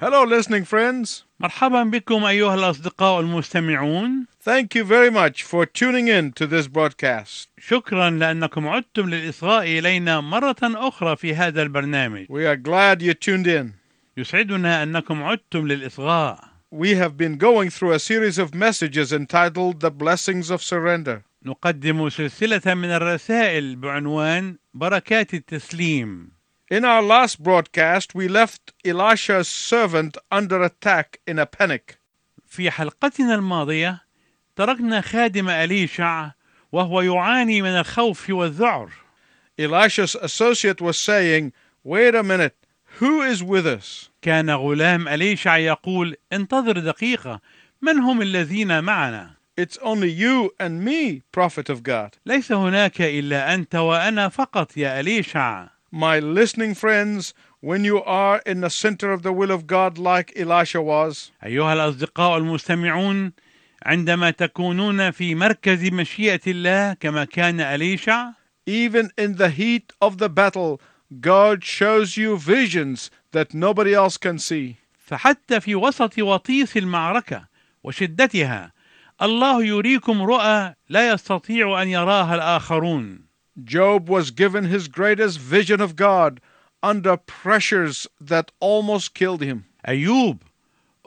Hello, listening friends. مرحبا بكم أيها الأصدقاء المستمعون Thank you very much for tuning in to this broadcast. شكرا لأنكم عدتم للإصغاء إلينا مرة أخرى في هذا البرنامج We are glad you tuned in. يسعدنا أنكم عدتم للإصغاء We have been going through a series of messages entitled The Blessings of Surrender. نقدم سلسلة من الرسائل بعنوان بركات التسليم In our last broadcast, we left Elisha's servant under attack in a panic. في حلقتنا الماضية تركنا خادم أليشع وهو يعاني من الخوف والذعر Elisha's associate was saying, Wait a minute, who is with us? كان غلام أليشع يقول انتظر دقيقة من هم الذين معنا It's only you and me, prophet of God. ليس هناك إلا أنت وأنا فقط يا أليشع My listening friends, when you are in the center of the will of God like Elisha was, أيها الأصدقاء المستمعون عندما تكونون في مركز مشيئة الله كما كان أليشع Even in the heat of the battle, God shows you visions that nobody else can see. فحتى في وسط وطيس المعركة وشدتها الله يريكم رؤى لا يستطيع أن يراها الآخرون Job was given his greatest vision of God under pressures that almost killed him. أيوب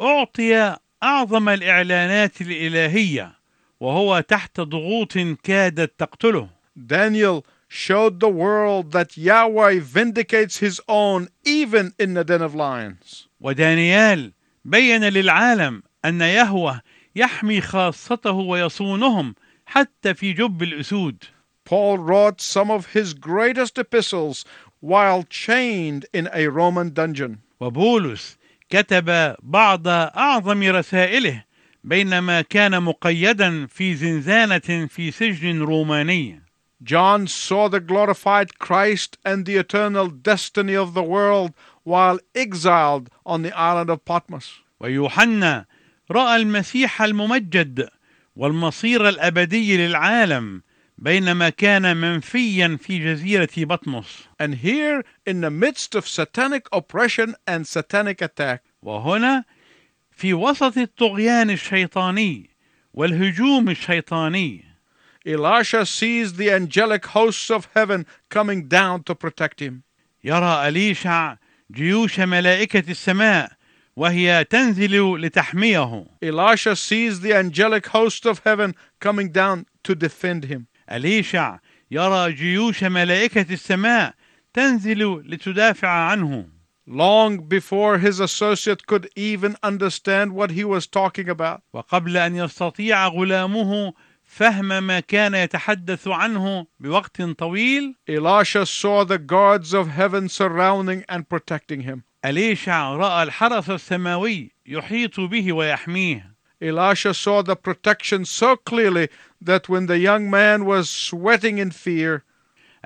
أعطي أعظم الإعلانات الإلهية وهو تحت ضغوط كادت تقتله Daniel showed the world that Yahweh vindicates his own even in the den of lions. ودانيال بين للعالم أن يهوه يحمي خاصته ويصونهم حتى في جب الأسود Paul wrote some of his greatest epistles while chained in a Roman dungeon. وبولس كتب بعض أعظم رسائله بينما كان مقيدا في زنزانة في سجن روماني John saw the glorified Christ and the eternal destiny of the world while exiled on the island of Patmos. ويوحنا رأى المسيح الممجد والمصير الأبدي للعالم بينما كان منفيا في جزيرة بطمس And here, in the midst of satanic oppression and satanic attack, وهنا في وسط الطغيان الشيطاني والهجوم الشيطاني Elisha sees the angelic hosts of heaven coming down to protect him. يرى أليشع جيوش ملائكة السماء وهي تنزل لتحميه Elisha sees the angelic host of heaven coming down to defend him. أليشع يرى جيوش ملائكة السماء تنزل لتدافع عنه Long before his associate could even understand what he was talking about, وقبل أن يستطيع غلامه فهم ما كان يتحدث عنه بوقت طويل Elisha saw the guards of heaven surrounding and protecting him. أليشع رأى الحرس السماوي يحيط به ويحميه Elisha saw the protection so clearly that when the young man was sweating in fear,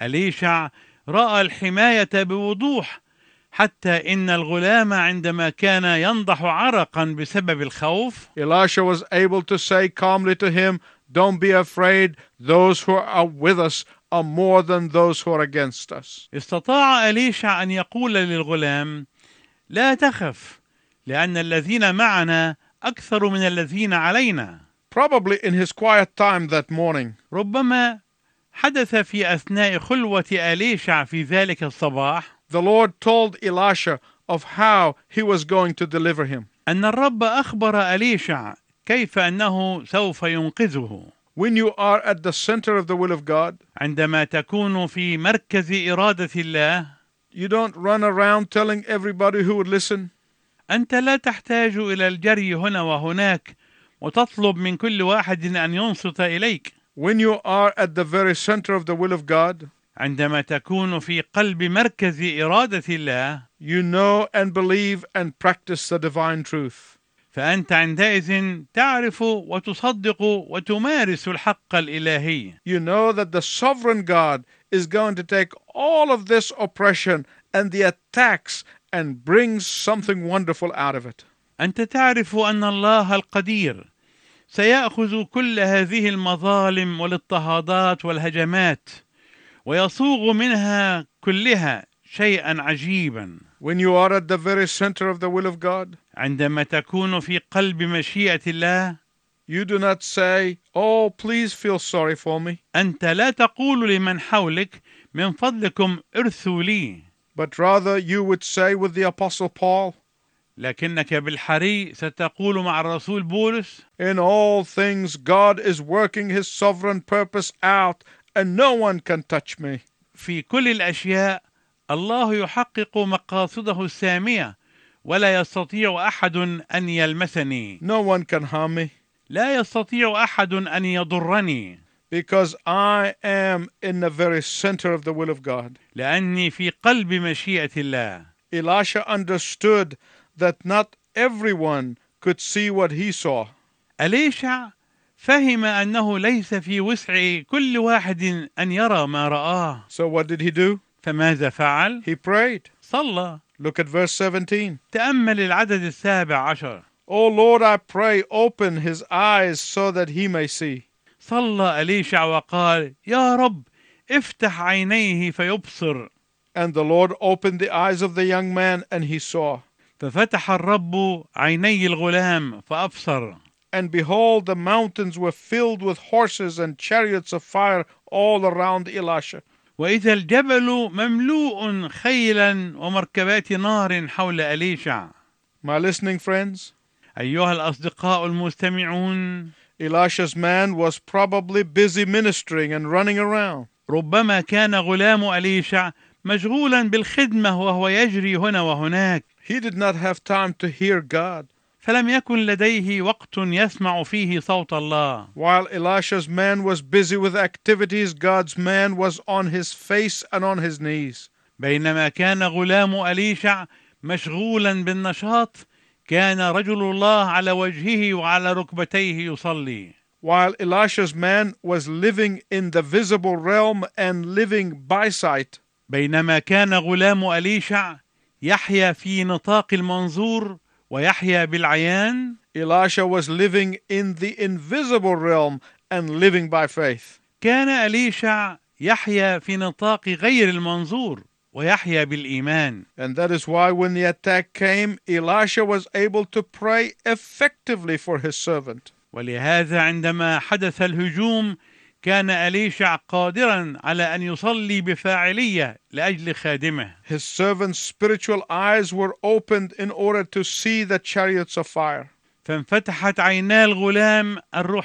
أليشع رأى الحماية بوضوح حتى إن الغلام عندما كان ينضح عرقا بسبب الخوف Elisha was able to say calmly to him, Don't be afraid, those who are with us are more than those who are against us. استطاع أليشع أن يقول للغلام لا تخف لأن الذين معنا أكثر من الذين علينا Probably in his quiet time that morning, ربما حدث في أثناء خلوة أليشع في ذلك الصباح the Lord told Elisha of how he was going to deliver him. أن الرب أخبر أليشع كيف أنه سوف ينقذه When you are at the center of the will of God, عندما تكون في مركز إرادة الله You don't run around telling everybody who would listen. أنت لا تحتاج إلى الجري هنا وهناك وتطلب من كل واحد أن ينصت إليك When you are at the very center of the will of God, عندما تكون في قلب مركز إرادة الله you know and believe and practice the divine truth. فأنت عندئذ تعرف وتصدق وتمارس الحق الإلهي You know that the sovereign God is going to take all of this oppression and the attacks and brings something wonderful out of it. أنت تعرف أن الله القدير سيأخذ كل هذه المظالم والاضطهادات والهجمات ويصوغ منها كلها شيئا عجيبا When you are at the very center of the will of God, عندما تكون في قلب مشيئة الله you do not say, Oh, please feel sorry for me, أنت لا تقول لمن حولك من فضلكم ارثوا لي but rather you would say with the Apostle Paul, لكنك بالحري ستقول مع الرسول بولس In all things, God is working his sovereign purpose out, and no one can touch me. في كل الأشياء الله يحقق مقاصده السامية ولا يستطيع أحد أن يلمسني No one can harm me, لا يستطيع أحد أن يضرني because I am in the very center of the will of God. لأني في قلب مشيئة الله Elisha understood that not everyone could see what he saw, أليشع فهم أنه ليس في وسع كل واحد أن يرى ما رآه so what did he do? فماذا فعل؟ He prayed. صلى Look at verse 17. تأمل العدد السابع عشر O Lord, I pray, open his eyes so that he may see. صلى أليشع وقال يا رب افتح عينيه فيبصر And the Lord opened the eyes of the young man, and he saw. ففتح الرب عيني الغلام فأبصر And behold, the mountains were filled with horses and chariots of fire all around Elisha. وإذا الجبل مملوء خيلا ومركبات نار حول أليشع My listening friends, أيها الأصدقاء المستمعون Elisha's man was probably busy ministering and running around. ربما كان غلام أليشع مشغولا بالخدمة وهو يجري هنا وهناك He did not have time to hear God. فلم يكن لديه وقت يسمع فيه صوت الله While Elisha's man was busy with activities, God's man was on his face and on his knees. بينما كان غلام أليشع مشغولا بالنشاط كان رجل الله على وجهه وعلى ركبتيه يصلي While Elisha's man was living in the visible realm and living by sight, بينما كان غلام أليشع يحيا في نطاق المنظور ويحيا بالعيان Elisha was living in the invisible realm and living by faith. كان أليشع يحيا في نطاق غير المنظور ويحيا بالإيمان And that is why when the attack came, Elisha was able to pray effectively for his servant. ولهذا عندما حدث الهجوم كان أليشع قادرا على أن يصلي بفاعلية لأجل خادمه His servant's spiritual eyes were opened in order to see the chariots of fire. فانفتحت عينا الغلام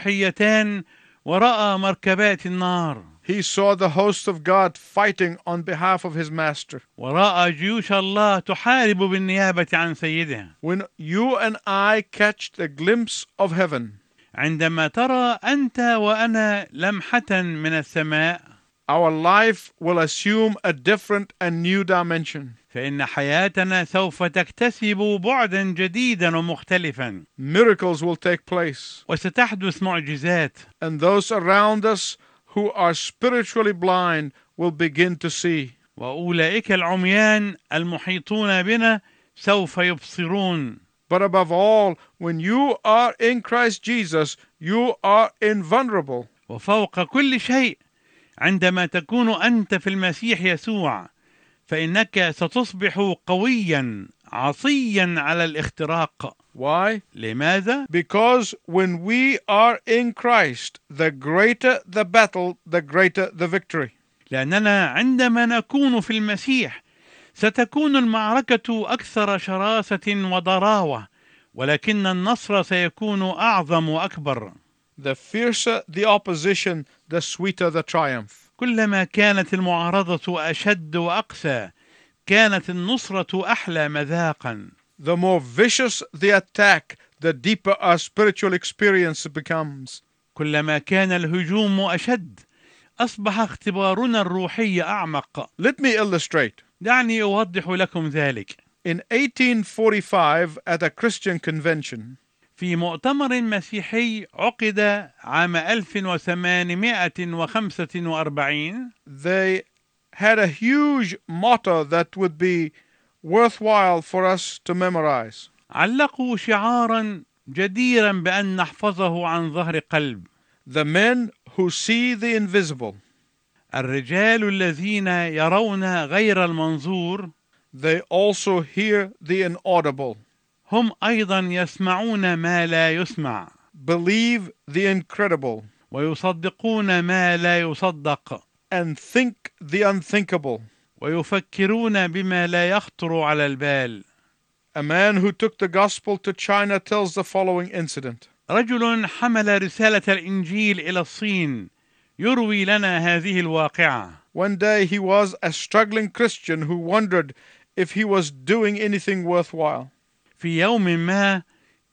الروحيتان ورأى مركبات النار He saw the host of God fighting on behalf of his master. ورأى جيوش الله تحارب بالنيابة عن سيده When you and I catch the glimpse of heaven, عندما ترى أنت وأنا لمحة من السماء our life will assume a different and new dimension. فإن حياتنا سوف تكتسب بعدا جديدا ومختلفا Miracles will take place, وستحدث معجزات and those around us who are spiritually blind will begin to see. وأولئك العميان المحيطون بنا سوف يبصرون But above all, when you are in Christ Jesus, you are invulnerable. وفوق كل شيء عندما تكون أنت في المسيح يسوع فإنك ستصبح قويا عصيا على الاختراق Why? لماذا؟ Because when we are in Christ, the greater the battle, the greater the victory. لأننا عندما نكون في المسيح ستكون المعركة أكثر شراسة وضراوة ولكن النصر سيكون أعظم وأكبر The fiercer the opposition, the sweeter the triumph. كلما كانت المعارضة أشد وأقسى كانت النصرة أحلى مذاقا The more vicious the attack, the deeper our spiritual experience becomes. كلما كان الهجوم أشد أصبح اختبارنا الروحي أعمق Let me illustrate. دعني أوضح لكم ذلك In 1845, at a Christian convention, في مؤتمر مسيحي عقد عام 1845 they had a huge motto that would be worthwhile for us to memorize. علقوا شعارا جديرا بأن نحفظه عن ظهر قلب The men who see the invisible, الرجال الذين يرون غير المنظور They also hear the inaudible, هم أيضا يسمعون ما لا يسمع believe the incredible, ويصدقون ما لا يصدق and think the unthinkable. ويفكرون بما لا يخطر على البال A man who took the gospel to China tells the following incident. رجل حمل رسالة الإنجيل إلى الصين يروي لنا هذه الواقعة One day he was a struggling Christian who wondered if he was doing anything worthwhile. في يوم ما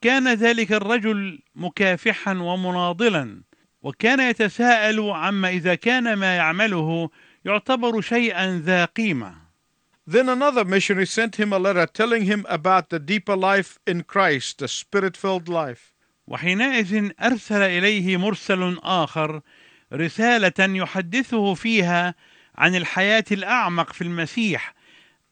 كان ذلك الرجل مكافحا ومناضلا وكان يتساءل عما إذا كان ما يعمله يعتبر شيئا ذا قيمة Then another missionary sent him a letter telling him about the deeper life in Christ, the spirit filled life. وحينئذ أرسل إليه مرسل آخر رسالة يحدثه فيها عن الحياة الأعمق في المسيح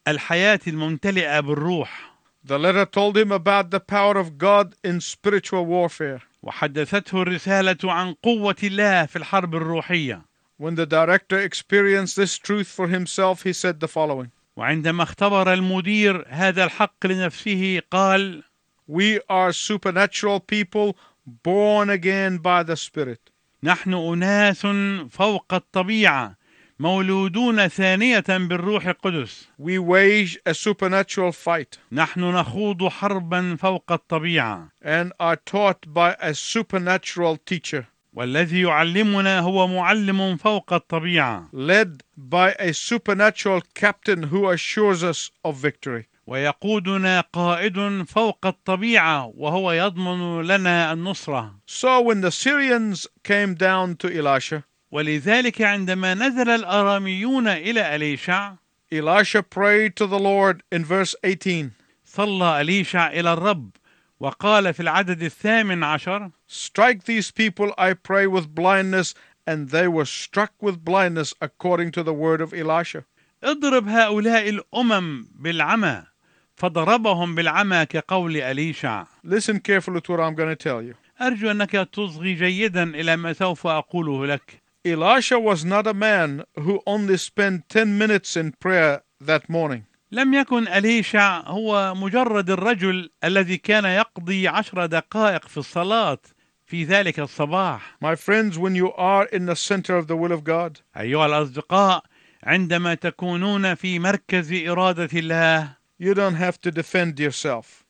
الحياة الممتلئة بالروح The letter told him about the power of God in spiritual warfare. وحدثته الرسالة عن قوة الله في الحرب الروحية When the director experienced this truth for himself, he said the following وعندما اختبر المدير هذا الحق لنفسه قال We are supernatural people born again by the Spirit. نحن أناس فوق الطبيعة مولودون ثانية بالروح القدس We wage a supernatural fight نحن نخوض حربا فوق الطبيعة and are taught by a supernatural teacher, والذي يعلمنا هو معلم فوق الطبيعة led by a supernatural captain who assures us of victory. ويقودنا قائد فوق الطبيعة وهو يضمن لنا النصرة So when the Syrians came down to Elisha, ولذلك عندما نزل الأراميون إلى أليشع Elisha prayed to the Lord in verse 18 صلى أليشع إلى الرب وقال في العدد الثامن عشر Strike these people, I pray, with blindness. And they were struck with blindness according to the word of Elisha. اضرب هؤلاء الأمم بالعمى فضربهم بالعمى كقول أليشع Listen carefully to what I'm going to tell you. أرجو أنك تصغي جيدا إلى ما سوف أقوله لك Elisha was not a man who only spent 10 minutes in prayer that morning. لم يكن أليشع هو مجرد الرجل الذي كان يقضي عشر دقائق في الصلاة في ذلك الصباح My friends, when you are in the center of the will of God, أيها الأصدقاء عندما تكونون في مركز إرادة الله you don't have to defend yourself.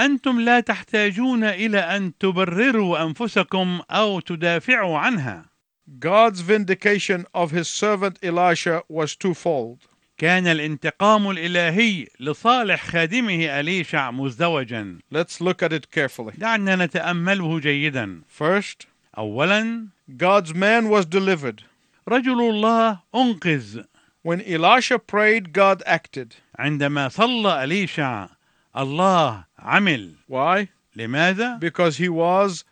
أنتم لا تحتاجون إلى أن تبرروا أنفسكم أو تدافعوا عنها God's vindication of his servant Elisha was twofold. كان الانتقام الإلهي لصالح خادمه أليشع مزدوجا Let's look at it carefully. دعنا نتأمله جيدا First, أولا God's man was delivered. رجل الله أنقذ When Elisha prayed, God acted. عندما صلى أليشع الله عمل Why? لماذا؟ Because he was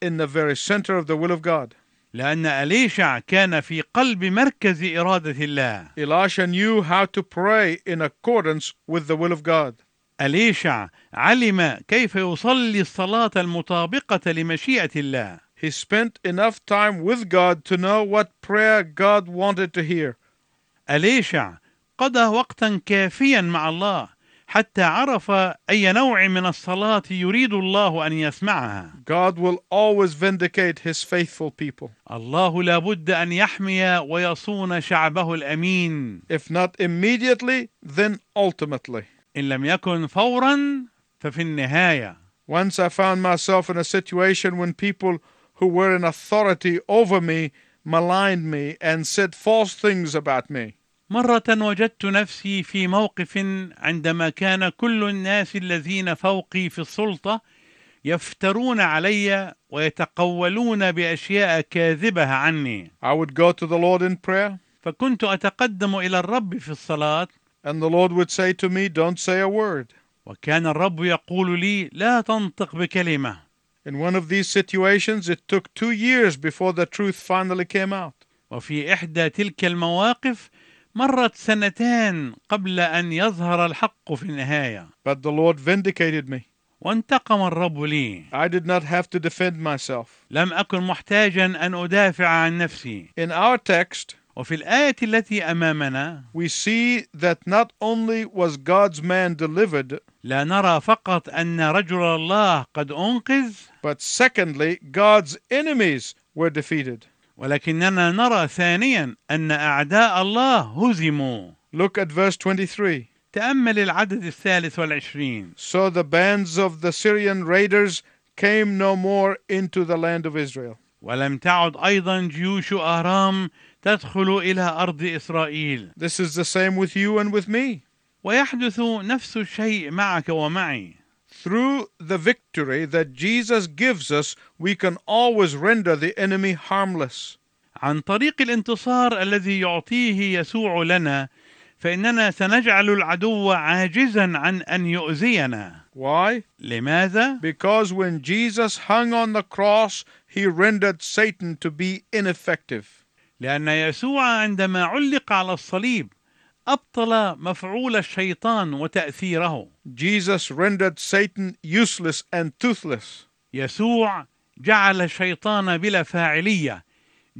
in the very center of the will of God. لأن أليشع كان في قلب مركز إرادة الله Elisha knew how to pray in accordance with the will of God. أليشع علم كيف يصلي الصلاة المطابقة لمشيئة الله He spent enough time with God to know what prayer God wanted to hear. أليشع قضى وقتا كافيا مع الله حتى عرف أي نوع من الصلاة يريد الله أن يسمعها God will always vindicate his faithful people, الله لابد أن يحمي ويصون شعبه الأمين if not immediately, then ultimately. إن لم يكن فورا ففي النهاية Once I found myself in a situation when people who were in authority over me maligned me and said false things about me. مرة وجدت نفسي في موقف عندما كان كل الناس الذين فوقي في السلطة يفترون علي ويتقولون بأشياء كاذبة عني I would go to the Lord in prayer, فكنت أتقدم إلى الرب في الصلاة and the Lord would say to me, Don't say a word. وكان الرب يقول لي لا تنطق بكلمة In one of these situations, it took two years before the truth finally came out. وفي إحدى تلك المواقف مرت سنتان قبل أن يظهر الحق في النهاية But the Lord vindicated me. وانتقم الرب لي I did not have to defend myself. لم أكن محتاجا أن أدافع عن نفسي In our text, وفي الآية التي أمامنا we see that not only was God's man delivered, لا نرى فقط أن رجل الله قد أنقذ but secondly, God's enemies were defeated. ولكننا نرى ثانيا أن أعداء الله هزموا Look at verse 23. تأمل العدد الثالث والعشرين So the bands of the Syrian raiders came no more into the land of Israel. ولم تعد أيضا جيوش أهرام تدخل إلى أرض إسرائيل This is the same with you and with me. ويحدث نفس الشيء معك ومعي Through the victory that Jesus gives us, we can always render the enemy harmless. عن طريق الانتصار الذي يعطيه يسوع لنا فإننا سنجعل العدو عاجزا عن أن يؤذينا Why? لماذا؟ Because when Jesus hung on the cross, he rendered Satan to be ineffective. لأن يسوع عندما علق على الصليب أبطل مفعول الشيطان وتأثيره Jesus rendered Satan useless and toothless. يسوع جعل الشيطان بلا فاعلية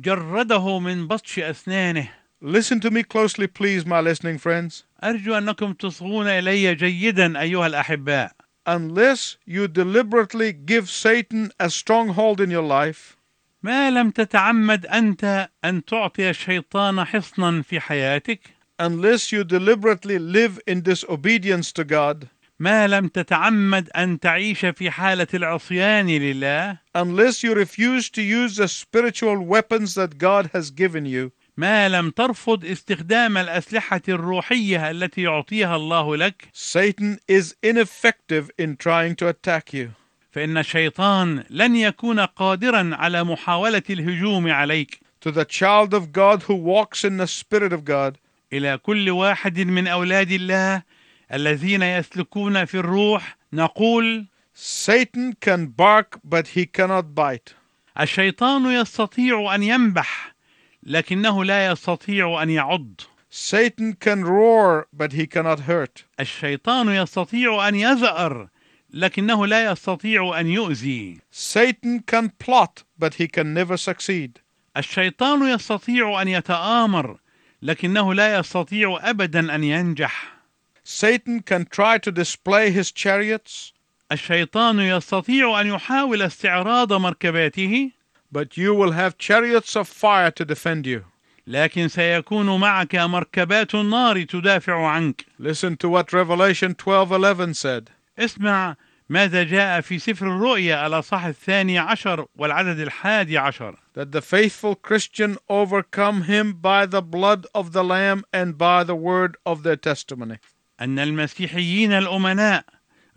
جرده من بطش أسنانه Listen to me closely, please, my listening friends. أرجو أنكم تصغون إلي جيدا أيها الأحباء Unless you deliberately give Satan a stronghold in your life, ما لم تتعمد أنت أن تعطي الشيطان حصنا في حياتك unless you deliberately live in disobedience to God, ما لم تتعمد أن تعيش في حالة العصيان لله unless you refuse to use the spiritual weapons that God has given you, ما لم ترفض استخدام الأسلحة الروحية التي يعطيها الله لك Satan is ineffective in trying to attack you. فإن الشيطان لن يكون قادرا على محاولة الهجوم عليك To the child of God who walks in the Spirit of God, إلى كل واحد من أولاد الله الذين يسلكون في الروح نقول Satan can bark, but he cannot bite. الشيطان يستطيع أن ينبح لكنه لا يستطيع أن يعض Satan can roar, but he cannot hurt. الشيطان يستطيع أن يزأر لكنه لا يستطيع أن يؤذي Satan can plot, but he can never succeed. الشيطان يستطيع أن يتآمر لكنه لا يستطيع أبدا أن ينجح Satan can try to display his chariots, الشيطان يستطيع أن يحاول استعراض مركباته but you will have chariots of fire to defend you. لكن سيكون معك مركبات النار تدافع عنك Listen to what Revelation 12:11 said. اسمع ماذا جاء في سفر الرؤيا الأصحاح الثاني عشر والعدد الحادي عشر That the faithful Christian overcome him by the blood of the Lamb and by the word of their testimony. أن المسيحيين الأمناء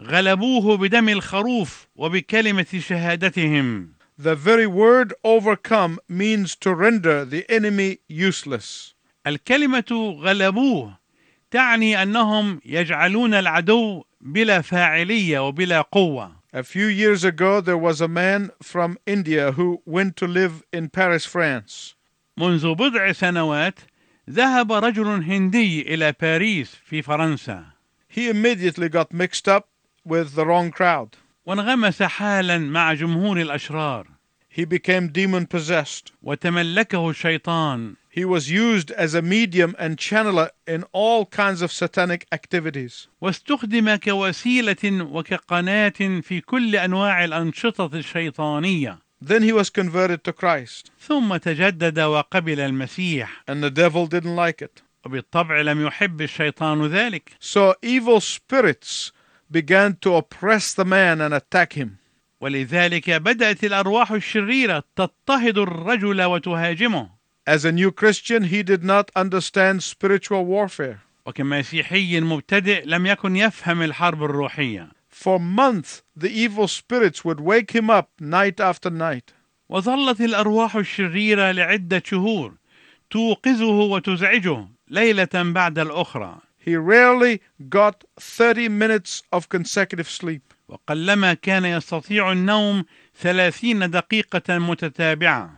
غلبوه بدم الخروف وبكلمة شهادتهم The very word overcome means to render the enemy useless. الكلمة غلبوه تعني أنهم يجعلون العدو بلا فاعلية وبلا قوة A few years ago, there was a man from India who went to live in Paris, France. منذ بضع سنوات ذهب رجل هندي إلى باريس في فرنسا He immediately got mixed up with the wrong crowd. وانغمس حالا مع جمهور الأشرار He became demon possessed. وتملكه الشيطان He was used as a medium and channeler in all kinds of satanic activities. واستخدم كوسيلة وكقناة في كل أنواع الأنشطة الشيطانية Then he was converted to Christ, ثم تجدد وقبل المسيح and the devil didn't like it. وبالطبع لم يحب الشيطان ذلك So evil spirits began to oppress the man and attack him. ولذلك بدأت الأرواح الشريرة تضطهد الرجل وتهاجمه As a new Christian, he did not understand spiritual warfare. وكمسيحي مبتدئ لم يكن يفهم الحرب الروحية For months, the evil spirits would wake him up night after night. وظلت الأرواح الشريرة لعدة شهور توقظه وتزعجه ليلة بعد الأخرى He rarely got 30 minutes of consecutive sleep. وقلما كان يستطيع النوم ثلاثين دقيقة متتابعة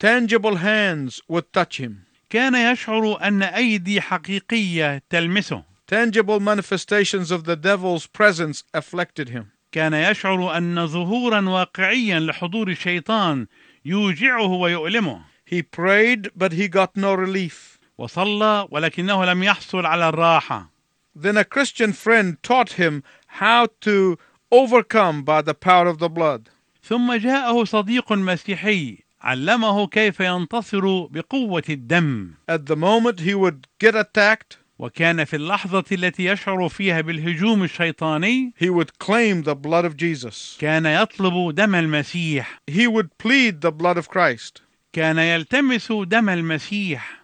Tangible hands would touch him. كان يشعر أن أيدي حقيقية تلمسه Tangible manifestations of the devil's presence afflicted him. كان يشعر أن ظهورا واقعيا لحضور الشيطان يوجعه ويؤلمه He prayed, but he got no relief. وصلى ولكنه لم يحصل على الراحه Then a Christian friend taught him how to overcome by the power of the blood. ثم جاءه صديق مسيحي علمه كيف ينتصر بقوه الدم At the moment he would get attacked, وكان في اللحظه التي يشعر فيها بالهجوم الشيطاني he would claim the blood of Jesus. كان يطلب دم المسيح He would plead the blood of Christ, كان يلتمس دم المسيح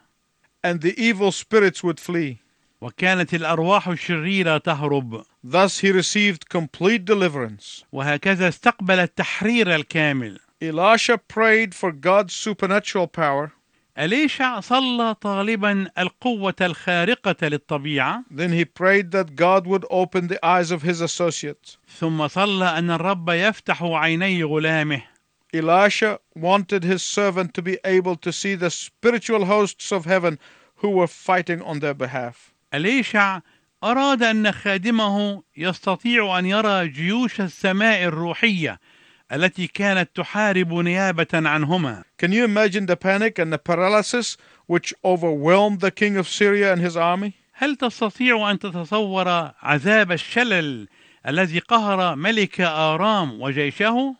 and the evil spirits would flee. وكانت الارواح الشريره تهرب Thus he received complete deliverance. وهكذا استقبل التحرير الكامل Elisha prayed for God's supernatural power. أليشع صلى طالبا القوة الخارقة للطبيعة Then he prayed that God would open the eyes of his associates. ثم صلى أن الرب يفتح عيني غلامه Elisha wanted his servant to be able to see the spiritual hosts of heaven who were fighting on their behalf. أليشع أراد أن خادمه يستطيع أن يرى جيوش السماء الروحية التي كانت تحارب نيابة عنهما Can you imagine the panic and the paralysis which overwhelmed the king of Syria and his army? هل تستطيع أن تتصور عذاب الشلل الذي قهر ملك آرام وجيشه؟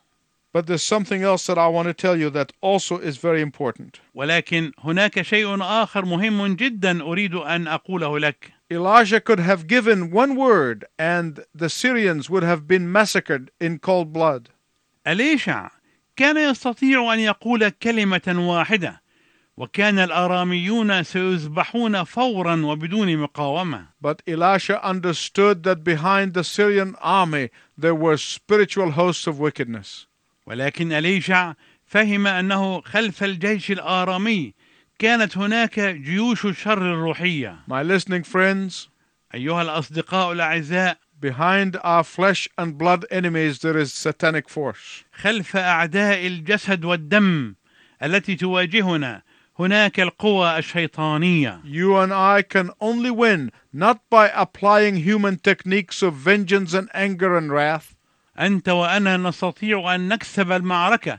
But there's something else that I want to tell you that also is very important. ولكن هناك شيء آخر مهم جدا أريد أن أقوله لك Elijah could have given one word and the Syrians would have been massacred in cold blood. أليشع كان يستطيع أن يقول كلمة واحدة وكان الآراميون سيذبحون فورا وبدون مقاومة But Elisha understood that behind the Syrian army there were spiritual hosts of wickedness. ولكن أليشع فهم أنه خلف الجيش الآرامي كانت هناك جيوش الشر الروحية My listening friends, أيها الأصدقاء الأعزاء behind our flesh and blood enemies there is satanic force. خلف أعداء الجسد والدم التي تواجهنا هناك القوى الشيطانية You and I can only win not by applying human techniques of vengeance and anger and wrath, أنت وأنا نستطيع أن نكسب المعركة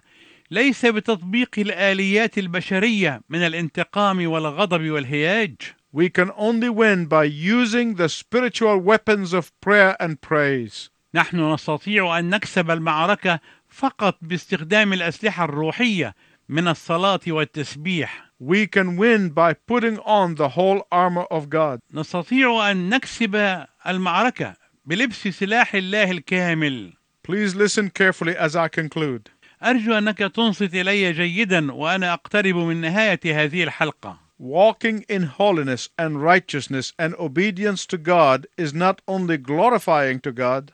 ليس بتطبيق الآليات البشرية من الانتقام والغضب والهياج we can only win by using the spiritual weapons of prayer and praise. نحن نستطيع أن نكسب المعركة فقط باستخدام الأسلحة الروحية من الصلاة والتسبيح We can win by putting on the whole armor of God. نستطيع أن نكسب المعركة بلبس سلاح الله الكامل Please listen carefully as I conclude. أرجو أنك تنصت إلي جيدا وأنا أقترب من نهاية هذه الحلقة Walking in holiness and righteousness and obedience to God is not only glorifying to God,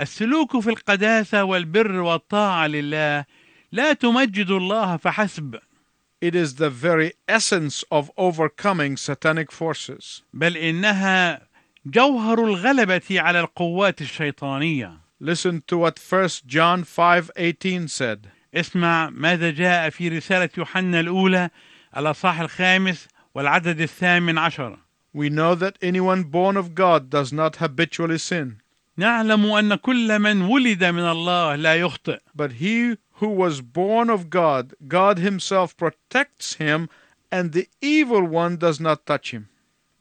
السلوك في القداسة والبر والطاعة لله لا تمجد الله فحسب it is the very essence of overcoming satanic forces. بل إنها جوهر الغلبة على القوات الشيطانية Listen to what 1 John 5:18 said. اسمع ماذا جاء في رسالة يوحنا الأولى الأصحاح الخامس والعدد الثامن عشر We know that anyone born of God does not habitually sin, نعلم أن كل من ولد من الله لا يخطئ but he who was born of God, God himself protects him and the evil one does not touch him.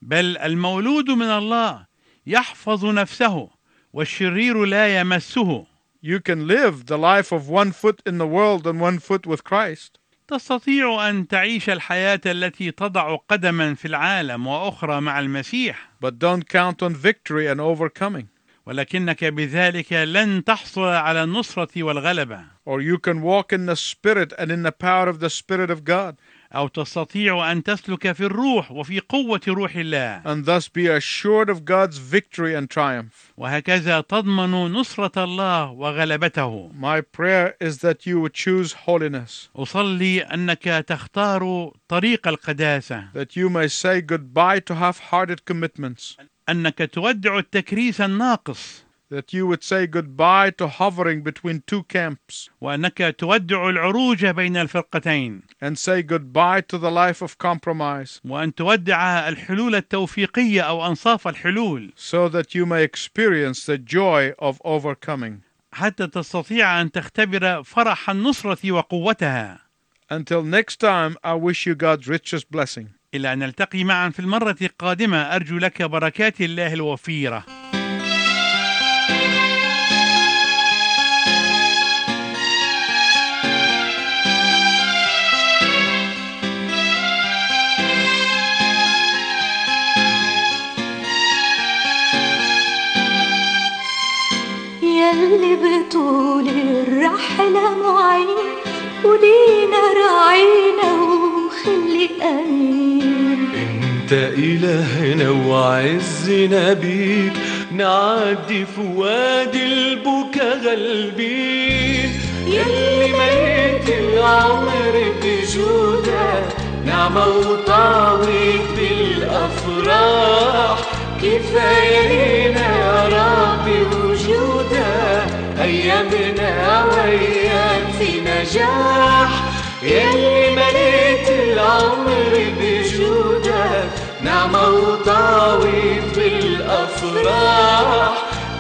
بل المولود من الله يحفظ نفسه والشرير لا يمسه You can live the life of one foot in the world and one foot with Christ, تستطيع أن تعيش الحياة التي تضع قدما في العالم وأخرى مع المسيح but don't count on victory and overcoming. ولكنك بذلك لن تحصل على النصرة والغلبة Or you can walk in the spirit and in the power of the spirit of God أو تستطيع أن تسلك في الروح وفي قوة روح الله and thus be assured of God's victory and triumph. وهكذا تضمن نصرة الله وغلبته My prayer is that you would choose holiness, أصلي أنك تختار طريق القداسة that you may say goodbye to half hearted commitments, أنك تودع التكريس الناقص that you would say goodbye to hovering between two camps, وأنك تودع العروج بين الفرقتين and say goodbye to the life of compromise, وأن تودع الحلول التوفيقية أو أنصاف الحلول so that you may experience the joy of overcoming. حتى تستطيع أن تختبر فرح النصرة وقوتها Until next time, I wish you God's richest blessing. إلى أن نلتقي معا في المرة القادمة أرجو لك بركات الله الوفيرة ياللي بطول الرحلة معين ولينا راعينا ومخلي أمين انت الهنا وعزنا بيك نعدي في وادي البكا غالبين ياللي مليت العمر نعم بجودك نعمة وطعمك بالأفراح كفاية لينا يا ربي وجودك أيامنا وأيام في نجاح ياللي مليت العمر بجودك نعمة وطاويت بالأفراح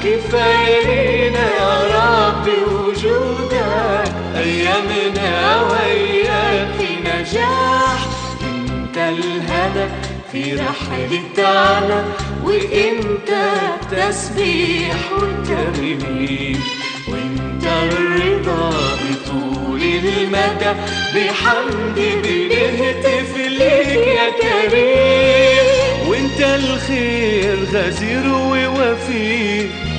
كفاية لينا يا ربي وجودك أيامنا وأيام في نجاح انت الهدف في رحلة عالم وانت التسبيح والترنيم وانت الرضا بطول المدى بحمد بنهتف ليك يا كريم وانت الخير غزير ووفي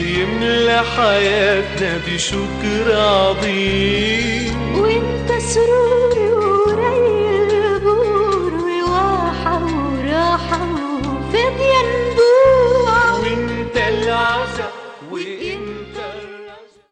بيملى حياتنا بشكر عظيم وانت سرور